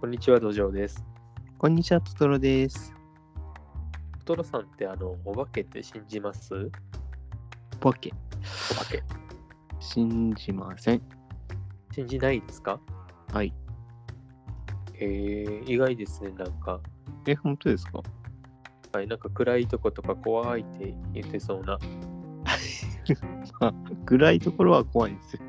こんにちは、土壌です。こんにちは、トトロです。トロさんって、あの、お化けって信じますおボケ。化け。信じません。信じないですかはい。えー、意外ですね、なんか。え、本当ですかはい、なんか暗いとことか怖いって言ってそうな。まあ、暗いところは怖いんですよ。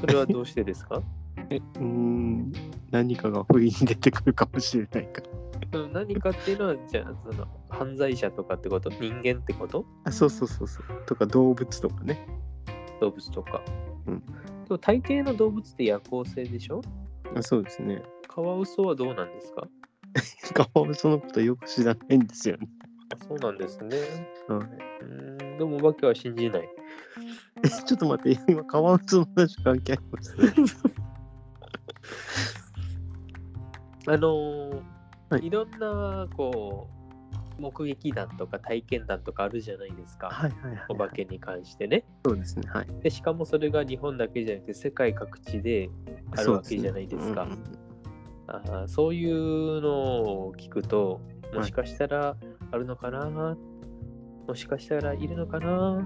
それはどうしてです かえ、うーん、何かが不意に出てくるかもしれないから。その何かっていうのは、じゃあ、その、犯罪者とかってこと人間ってことあ、そうそうそうそう。とか動物とかね。動物とか。うん。でも、大抵の動物って夜行性でしょあそうですね。カワウソはどうなんですかカワウソのことよく知らないんですよね。あそうなんですね。はい。うーん、でもお化けは信じない。え、ちょっと待って、今カワウソの話関係あります。あのーはいい、ろんなこう目撃談とか体験談とかあるじゃないですか、はいはいはい。お化けに関してねそうですね。はい。でしかもそれが日本だけじゃなくて世界各地であるわけじゃないですかそうそう,、ねあーそういうのを聞くともしかしたらあるのかな、もしかしたらいるのかな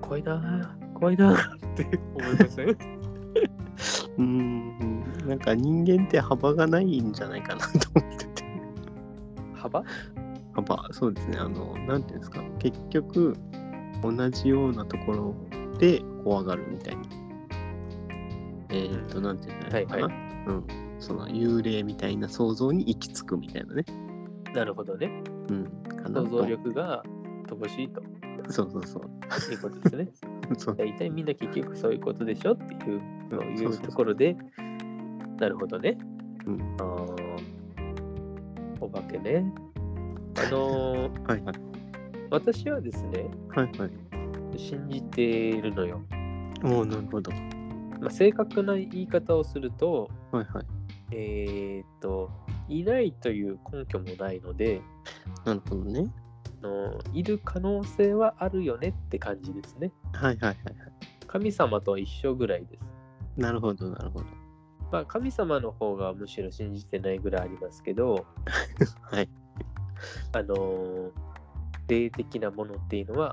怖いな怖いなって思いませ んうんうん。うーん、なんか人間って幅がないんじゃないかなと思ってて。幅やっぱそうですねあのなんていうんですか結局同じようなところで怖がるみたいなえっ、となんていうんだろうかな、はうん、その幽霊みたいな想像に行き着くみたいなね、なるほどねうん、かな想と像力が乏しいとそうそうそういうことですねそう大体みんな結局そういうことでしょっていうそそううそいううそうところでなるほどね、うんあーお化けねあの ーはいはい私はですねはいはい信じているのよ、おおなるほどまあ、正確な言い方をするとはいはいえーっといないという根拠もないのでなるほどねあのいる可能性はあるよねって感じですねはいはいはいはい神様と一緒ぐらいですなるほどなるほどまあ神様の方がむしろ信じてないぐらいありますけど、はいあのー霊的なものっていうのは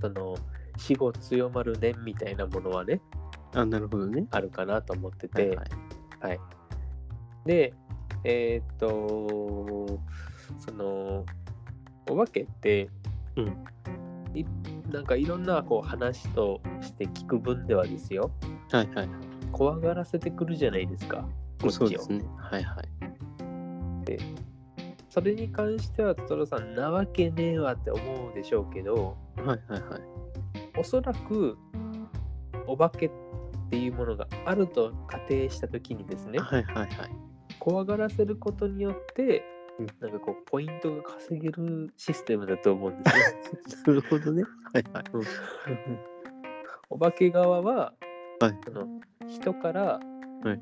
その死後強まる念みたいなものはねあなるほどねあるかなと思ってて、はいはいでえーっとそのお化けって、うんいなんかいろんなこう話として聞く分ではですよはいはい怖がらせてくるじゃないですかこっちそをうですねはいはいそれに関してはトトロさんなわけねえわって思うでしょうけどはいはいはいおそらくお化けっていうものがあると仮定した時にですねはいはいはい怖がらせることによってうんなんかこうポイントが稼げるシステムだと思うん ですよ。なるほどねはいはいお化け側は、はいその人から、はい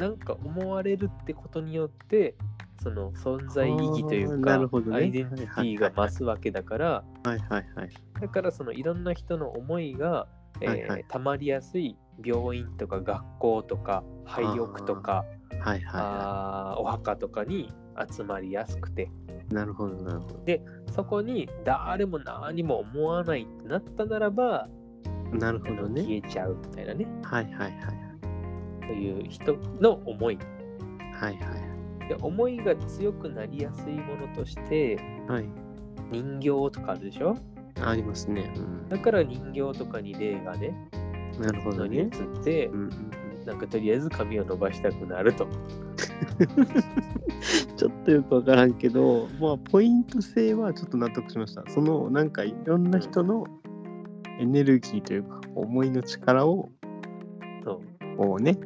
なんか思われるってことによってその存在意義というあーなか、るほどねアイデンティティが増すわけだからはいはいはいだからそのいろんな人の思いが、えーはいはい溜まりやすい病院とか学校とか廃屋とかはいはあーお墓とかに集まりやすくてい。なるほど、なるほど。そこに誰も何も思わないってなったならば、なるほどね。消えちゃうみたいなねはいはいはい。という人の思いはいはい。で思いが強くなりやすいものとしてはい。人形とかあるでしょありますね。うんだから人形とかに霊がねなるほど乗り移っね。てうんうんうんなんかとりあえず髪を伸ばしたくなるとちょっとよくわからんけど、まあ、ポイント性はちょっと納得しました。その、なんかいろんな人のエネルギーというか、思いの力をそうこうね、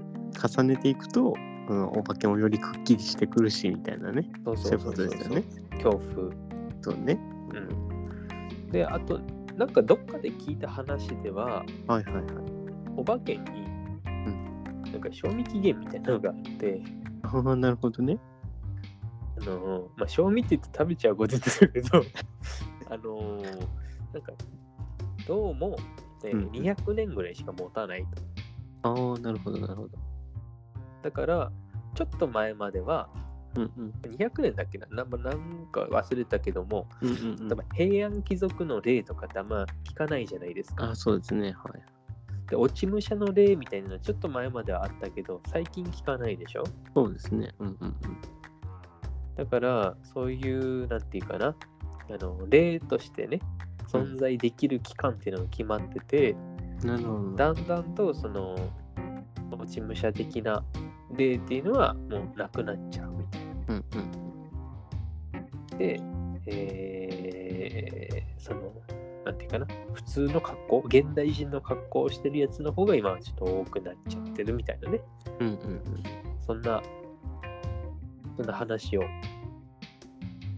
重ねていくと、このお化けもよりくっきりしてくるし、みたいなね。そうそういうことですよね。恐怖。そうね。うん、で、あと、なんかどっかで聞いた話では、はいはいはい。お化けに、なんか賞味期限みたいなのがあって、あーなるほどね。あのーまあ、賞味って言って食べちゃうことですけ ど、あのーなんか、どうも、ねうん200年ぐらいしか持たないと。ああ、なるほど、なるほど。だからちょっと前まではうんうん200年だっけなななんか忘れたけどもうんうんうん例えば平安貴族の例とかってあんま聞かないじゃないですかあ、そうですね。はい。で落ち武者の例みたいなのちょっと前まではあったけど最近聞かないでしょそうですね。うんうんうん。だからそういうなんていうかなあの例としてね存在できる期間っていうのが決まってて、なるほど。だんだんとその落ち武者的な例っていうのはもうなくなっちゃうみたいうんうん。で、えーそのなんていうかな普通の格好現代人の格好をしてるやつの方が今はちょっと多くなっちゃってるみたいなねうんうんそんなそんな話を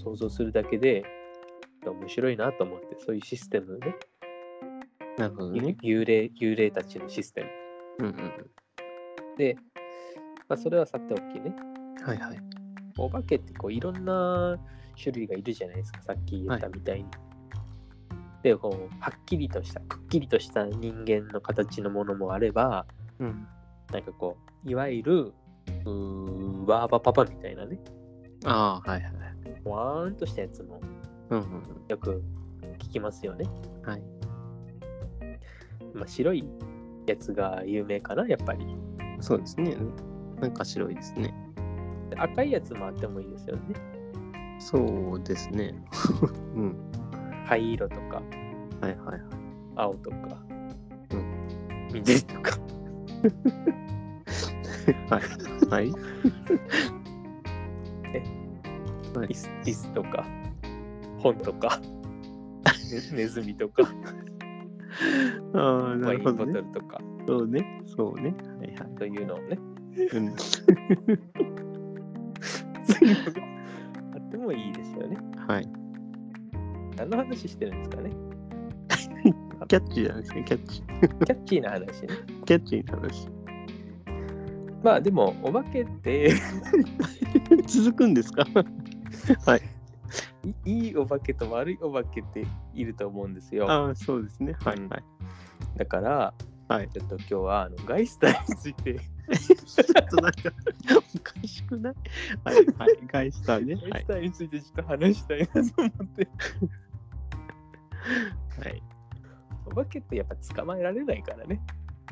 想像するだけで面白いなと思ってそういうシステムねうん。なるほどゆね。幽霊幽霊たちのシステムうんうん。で、まあ、それはさておきねはいはい。お化けってこういろんな種類がいるじゃないですかさっき言ったみたいに。でこうはっきりとしたくっきりとした人間の形のものもあればうん。なんかこういわゆるうーバーバパパみたいなねああ、はいはい。わーんとしたやつもうんうんよく聞きますよね。うん。はい。まあ、白いやつが有名かなやっぱり。そうですね。なんか白いですね。で赤いやつもあってもいいですよね。そうですね。うん。灰色とかはいはいはい。青とか、う緑とか。はい。はい。椅子椅子とか本とかね ネズミとかああ、なワイるンほボトど、ね。ルとかそうね。そうね。はいはい。というのをねうん。そういうのがあってもいいですよね。はい。何の話してるんですかねキャッチーじゃないですか。キャッチー。キャッチーな話ね。キャッチーな話。まあでもお化けって続くんです かはい。い いいお化けと悪いお化けっていると思うんですよ。ああ、そうですね。はいはい。だから、はいちょっと今日はあのガイスターについてちょっとなんかおかしくないはいはい。ガイスターね。ガはイいス。ターについてちょっと話したいなと思って。はい、お化けってやっぱ捕まえられないからね。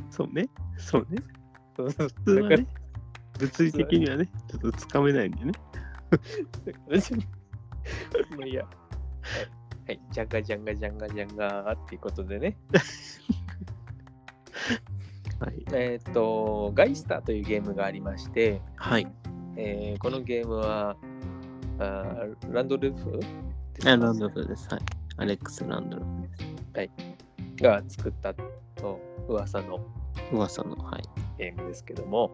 そうね。そうね。そうそう普通だはからね。物理的にはね、ちょっとつかめないんでね。私もまあいいや。はい。はい、ジャンガジャンガジャンガジャンガーっていうことでね。はい。えっ、と、ガイスターというゲームがありまして、はい。えーこのゲームは、あーランドルフあランドルフです。はい。アレックス・ランドルフ。が作ったと噂の噂の、はい。ゲームですけども、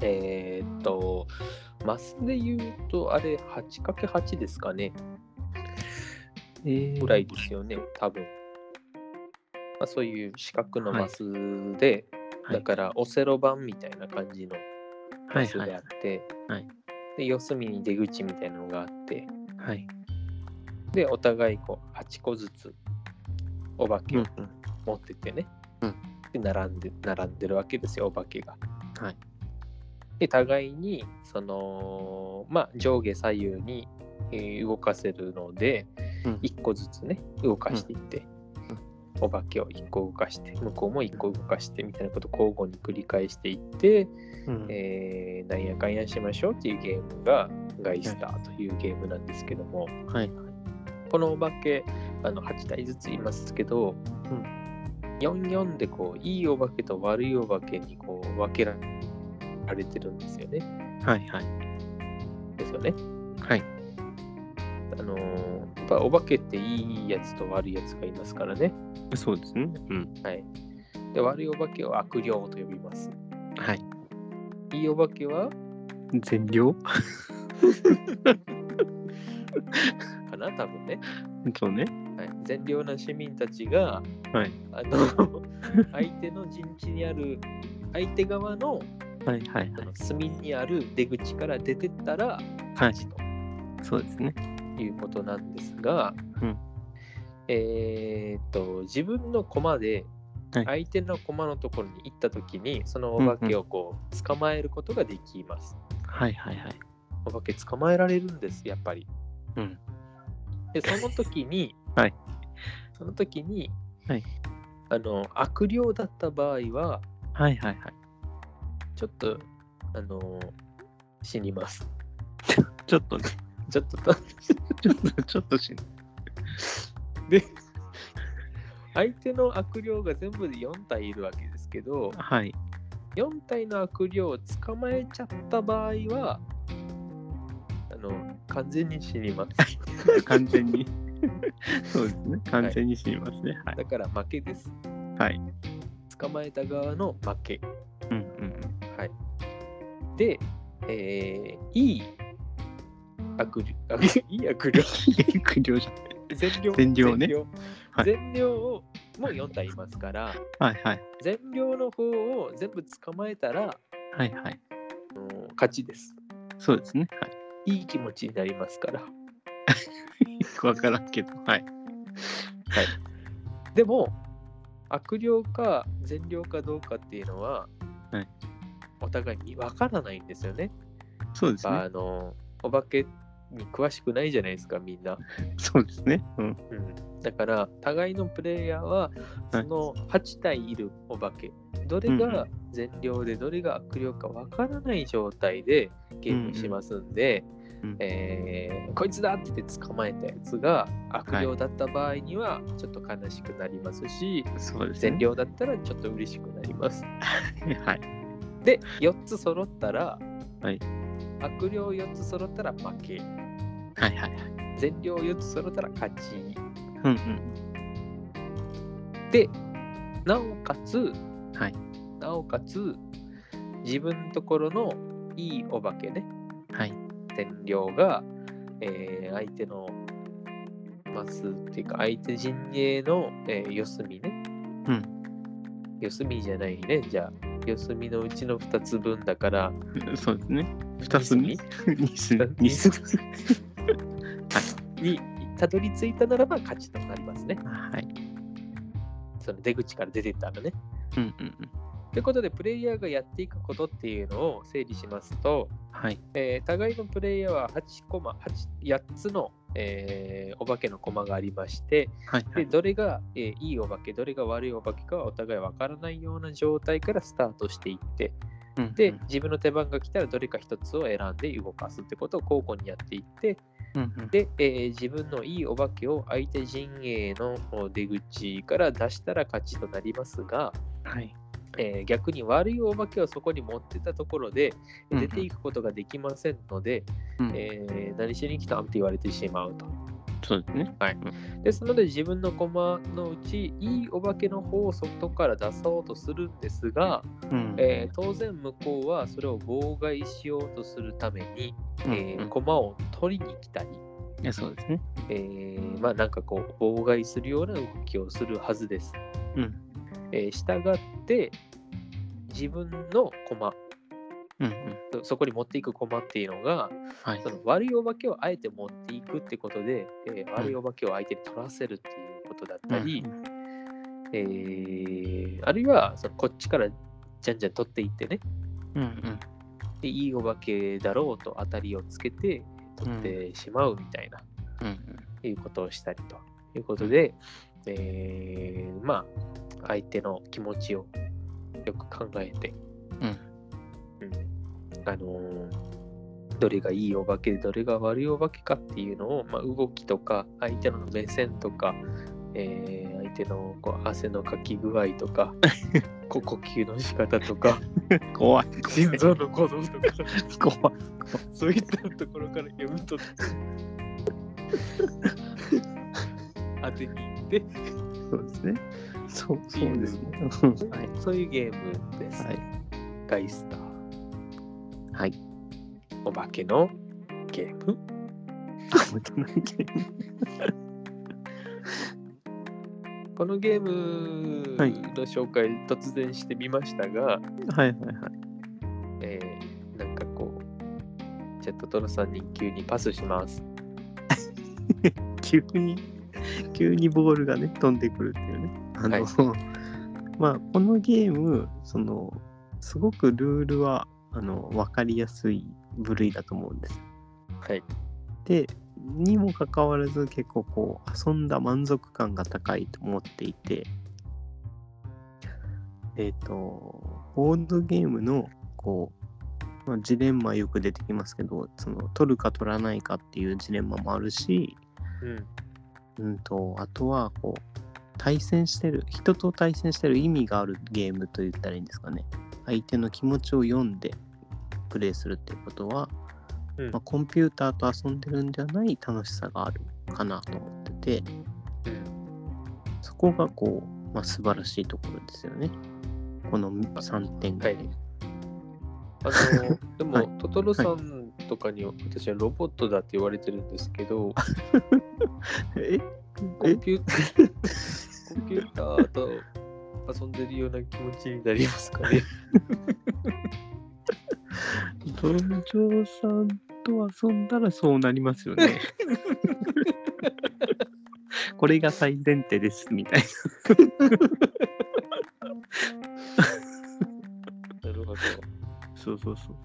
えっ、と、マスで言うと、あれ、8×8 ですかね。えーぐらいですよね、多分。まあ、そういう四角のマスで、はいだからオセロ版みたいな感じのはマいスはいであって、はいで四隅に出口みたいなのがあって、はい。で、お互いこう8個ずつお化うけんをうん。持っててね、うんで並んで、並んでるわけですよ、お化けが。はいで、互いに、その、まあ、上下左右に、えー動かせるので、うん1個ずつね動かしていって、お化けを1個動かして向こうも1個動かしてみたいなことを交互に繰り返していって、うんえーなんやかんやしましょうっていうゲームがガイスターというゲームなんですけども、はい。このお化けあの8体ずついますけど、うん44でこういいお化けと悪いお化けにこう分けられてるんですよね。はいはい。ですよね。はい。あのーやっぱお化けっていいやつと悪いやつがいますからね。そうですね。うん。はい。で、悪いお化けを悪霊と呼びます。はい。いいお化けは善良かな多分ね。そうね。はい、善良な市民たちが、はい。あの、 相手の陣地にある、相手側のはいはいそはい。の隅にある出口から出てったら、はい勝ちとそうですね。いうことなんですが、うんえーっと、自分の駒ではい相手の駒のところに行った時にそのお化けをこう捕まえることができます、はいはいはい。お化け捕まえられるんですやっぱりうん。でその時に はいその時に、はいあの悪霊だった場合ははいはいはい。ちょっとあの死にますちょっとね、ちょっと とちょっと、ちょっとしんで相手の悪霊が全部で4体いるわけですけどはい。 4体の悪霊を捕まえちゃった場合はあの完全に死にます 完 全に。そうですね。完全に死にますね。はい。だから負けですはい。捕まえた側の負けうんうんはいで、えーいい悪霊あ いい悪霊うん。苦慮じゃん。善良善良ね善良,、はい善良をもう4体いますからはいはい。善良の方を全部捕まえたらはいはい。あの勝ちですそうですね。はいい気持ちになりますから。よくわからんけど。はい。でも悪霊か善良かどうかっていうのは、はいお互いに分からないんですよね。そうですね。あのお化けに詳しくないじゃないですかみんな。そうですね。うん。うん、だから互いのプレイヤーははそいの8体いるお化けどれが善良でどれが悪霊か分からない状態でゲームしますんで、うんうんえーこいつだって言って捕まえたやつが悪霊だった場合にはちょっと悲しくなりますし、そうですね。善良だったらちょっと嬉しくなります。はい。で、4つ揃ったら、はい悪霊4つ揃ったら負け、はいはいはい。善良4つ揃ったら勝ち。うんうん。で、なおかつ、はいなおかつ、自分ところのいいお化けね、はい。善良が、えー相手のマスっていうか、相手陣営の、えー四隅ね。うん四隅じゃないね、じゃあ。四隅のうちの2つ分だから、そうですね。二隅二隅二二隅隅にたどり着いたならば勝ちとなりますね。はい。その出口から出てったらね。うんうんうん。ということで、プレイヤーがやっていくことっていうのを整理しますと、はい。えー互いのプレイヤーは8コマ、8, 8つの、えーお化けのコマがありまして、はいはでい。どれが、えーいいお化け、どれが悪いお化けかはお互いわからないような状態からスタートしていって、うんうんで、自分の手番が来たらどれか1つを選んで動かすってことを交互にやっていって、うんうんで、えー自分のいいお化けを相手陣営のお出口から出したら勝ちとなりますが、はい。えー逆に悪いお化けをそこに持ってたところでうんう出んていくことができませんので、うんえー何しに来たんって言われてしまうと。そうですね。ですので自分の駒のうちいいお化けの方を外から出そうとするんですが、うんえー当然向こうはそれを妨害しようとするために、えーうんうん駒を取りに来たり、いやそうですね。えーまあなんかこう妨害するような動きをするはずです。うん。えー、従って自分の駒うんうん。そそこに持っていく駒っていうのがはいそ。の悪いお化けをあえて持っていくってことで、えー悪いお化けを相手に取らせるっていうことだったり、うんえーあるいはそのこっちからじゃんじゃん取っていってねうんうん。でいいお化けだろうと当たりをつけて取ってしまうみたいな。うんうん。いうことをしたりということで、えーまあ相手の気持ちをよく考えて、うんうんあのーどれがいいお化けでどれが悪いお化けかっていうのを、まあ、動きとか相手の目線とか、えー相手のこう汗のかき具合と かこ呼吸の仕方とか怖い。心臓の鼓動とか怖い。そういったところから読み取って当てに行ってそうですね。そう、そうですね。はい。そういうゲームです。はいガイスター。はい。お化けのゲーム。大人ゲームこのゲームはいの紹介、突然してみましたが、はいはいはい。えーなんかこう、ジェットトロさんに急にパスします。急に、急にボールがね、飛んでくるっていうね。あの、 まあこのゲームそのすごくルールはあの分かりやすい部類だと思うんです。はい。でにもかかわらず結構こう遊んだ満足感が高いと思っていてえっ、とボードゲームのこう、まあ、ジレンマよく出てきますけどその取るか取らないかっていうジレンマもあるし、うん。うん、とあとはこう対戦してる人と対戦してる意味があるゲームと言ったらいいんですかね相手の気持ちを読んでプレイするってことは、うんまあ、コンピューターと遊んでるんじゃない楽しさがあるかなと思っててそこがこう、まあ、素晴らしいところですよねこの3点が、はいあの、でも、はいトトロさんとかに私はロボットだって言われてるんですけど、えコンピューコンピューターと遊んでるような気持ちになりますか ね。文鳥さんと遊んだらそうなります よねこれが最前提ですみたいななるほど。そうそうそう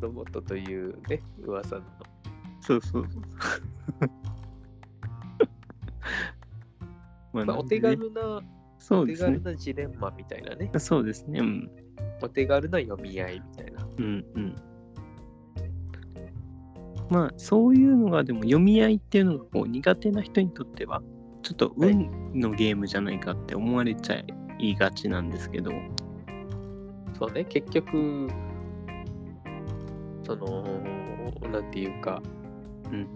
ロボットというね、噂の。そうそうそう。 ままあ、お手なんでね軽な、そおうで手すね軽。なジレンマみたいなね。そうですね。うん。お手軽な読み合いみたいな。うんうん。まあ、そういうのが、でも読み合いっていうのがこう苦手な人にとっては、ちょっと運のゲームじゃないかって思われちゃいがちなんですけど、そうね、結局、その、なんていうか、うん。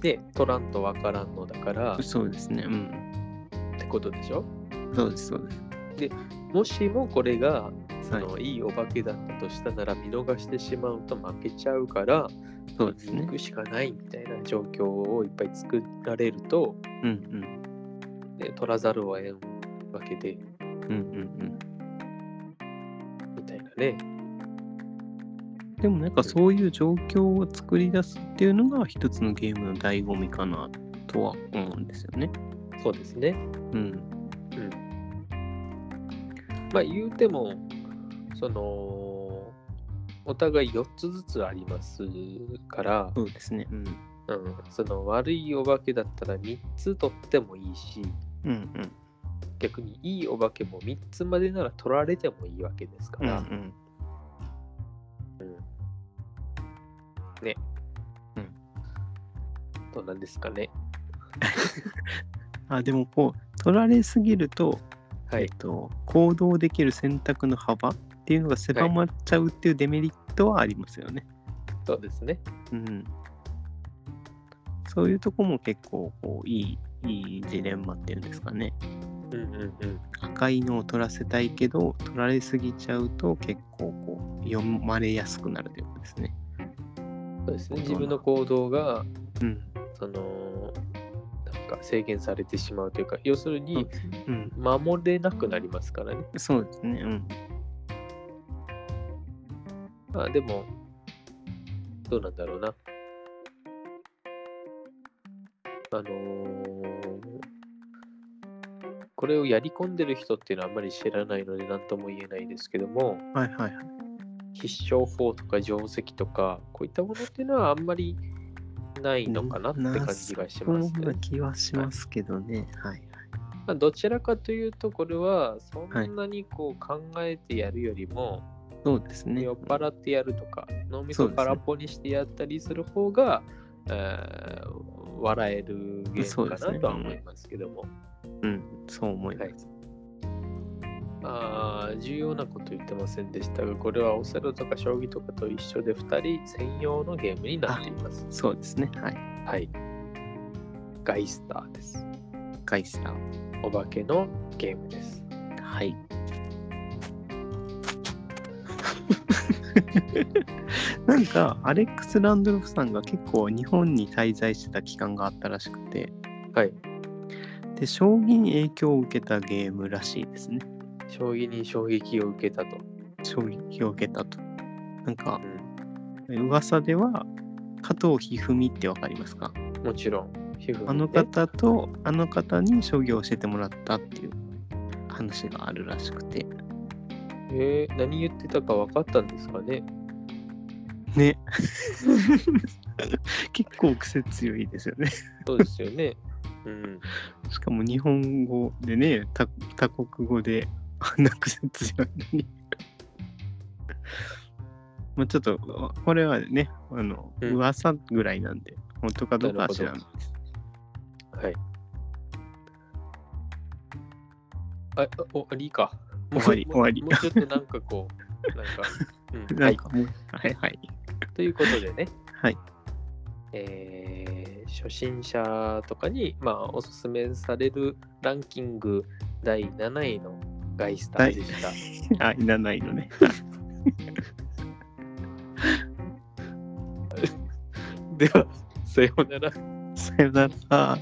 で、取らんとわからんのだからっそうですね。うん。てことでしょそうです、そうです。もしもこれが、その、、はいいお化けだったとしたなら見逃してしまうと負けちゃうから、そうですね行。くしかないみたいな状況をいっぱい作られると、うんね、取らざるを得んわけで、うん。うんうんみたいなね。うん。でもなんかそういう状況を作り出すっていうのが一つのゲームの醍醐味かなとは思うんですよね。そうですね。うん、まあ言うても、その、お互い4つずつありますから、そうですね。うん、うん、その悪いお化けだったら3つ取ってもいいし、うん、うん、逆にいいお化けも3つまでなら取られてもいいわけですかうん、うら、ん、どうなんですかね。あ、でもこう、取られすぎると、はいえっ。と、行動できる選択の幅っていうのが狭まっちゃうっていうデメリットはありますよね。そうですね。うん。そういうとこも結構こういい、いいジレンマっていうんですかね。うんうんうん。赤いのを取らせたいけど、取られすぎちゃうと結構こう、読まれやすくなるということですね。そうですね。本自当だ分の行動が、うん。その、なんか制限されてしまうというか、要するに、うん。守れなくなりますからね。そうですね。うん。まあでも、どうなんだろうな。あのーこれをやり込んでる人っていうのはあんまり知らないので何とも言えないですけども、はいはいはい。必勝法とか定石とか、こういったものっていうのはあんまりないのかなって感じがしますそねんな。気はしますけどね。はい。まあ、どちらかというと、これはそんなにこう考えてやるよりも、そうですね。酔っ払ってやるとか、脳みそ空っぽにしてやったりする方が、えー笑えるゲームかなとは思いますけども、うん、そう思います。あー重要なこと言ってませんでしたが、これはオセロとか将棋とかと一緒で2人専用のゲームになっています。そうですね。はい。はい。ガイスターです。ガイスター。お化けのゲームです。はい。なんか、アレックス・ランドロフさんが結構日本に滞在してた期間があったらしくて、はい。で、将棋に影響を受けたゲームらしいですね。将棋に衝撃を受けたと。衝撃を受けたと。なんか、噂では、加藤一二三ってわかりますかもちろん、皮膚あの方と、あの方に将棋を教えてもらったっていう話があるらしくて。えー、何言ってたか分かったんですかねね。 結構癖強いですよね。そうですよ ね。うん。しかも日本語でね、他他国語であんな癖強いのに。 まあちょっと、これはね、あの、うん噂ぐらいなんで、本当かどうかは知らないです。はい。あ、お終わりか。終わりもう終わりもうちょっとなんかこう、なんか、 うん、なはんい。かもう、はいはい。ということでね、はい。えー初心者とかに、まあ、おすすめされるランキング第7位のガイスターでした。あ、いらないのね。 では、さようなら。 さよなら。